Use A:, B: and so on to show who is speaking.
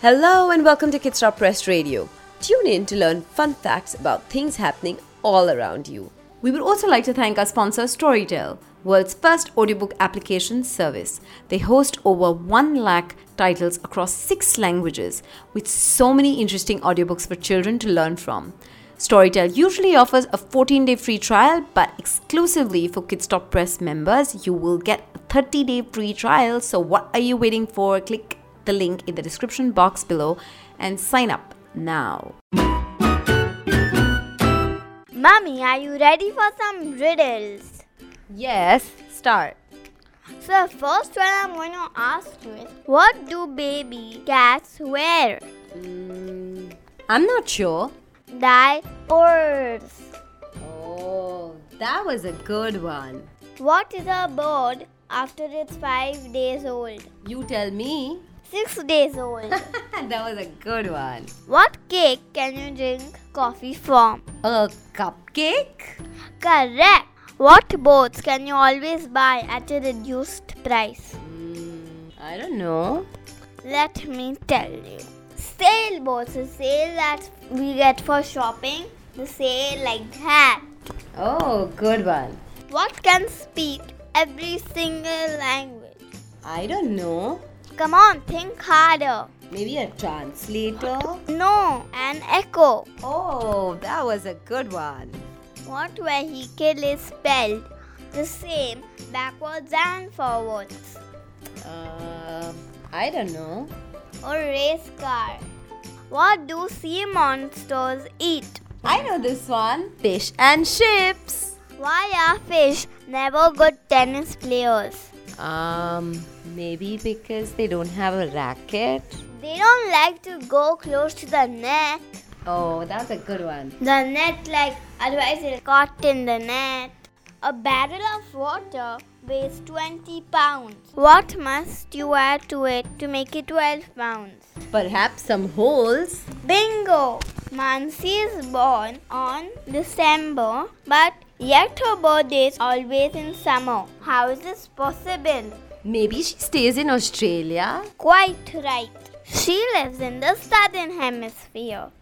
A: Hello and welcome to Kidstop Press Radio. Tune in to learn fun facts about things happening all around you. We would also like to thank our sponsor Storytel, world's first audiobook application service. They host over 1 lakh titles across 6 languages with so many interesting audiobooks for children to learn from. Storytel usually offers a 14 day free trial, but exclusively for Kidstop Press members, you will get a 30 day free trial. So, what are you waiting for? Click the link in the description box below and sign up now.
B: Mommy, are you ready for some riddles?
A: Yes, start.
B: So, first one I'm going to ask you is what do baby cats wear?
A: I'm not sure.
B: Diapers.
A: Oh, that was a good one.
B: What is a bird after it's five days old?
A: You tell me.
B: Six days old.
A: that was a good one.
B: what cake can you drink coffee from?
A: A cupcake?
B: Correct. What boats can you always buy at a reduced price?
A: Hmm, I don't know.
B: Let me tell you. Sale boats, a sale that we get for shopping, the sale like that.
A: Oh, good one.
B: What can speak every single language?
A: I don't know.
B: Come on, think harder.
A: Maybe a translator?
B: No, an echo.
A: Oh, that was a good one.
B: What vehicle is spelled the same backwards and forwards?
A: Uh, I don't know.
B: A race car. What do sea monsters eat?
A: I know this one. Fish and chips.
B: Why are fish never good tennis players?
A: Um, maybe because they don't have a racket.
B: They don't like to go close to the net.
A: Oh, that's a good one.
B: The net, like, otherwise it's caught in the net. A barrel of water weighs 20 pounds. What must you add to it to make it 12 pounds?
A: Perhaps some holes.
B: Bingo! Mansi is born on December, but yet her birthday is always in summer. How is this possible?
A: Maybe she stays in Australia.
B: Quite right. She lives in the southern hemisphere.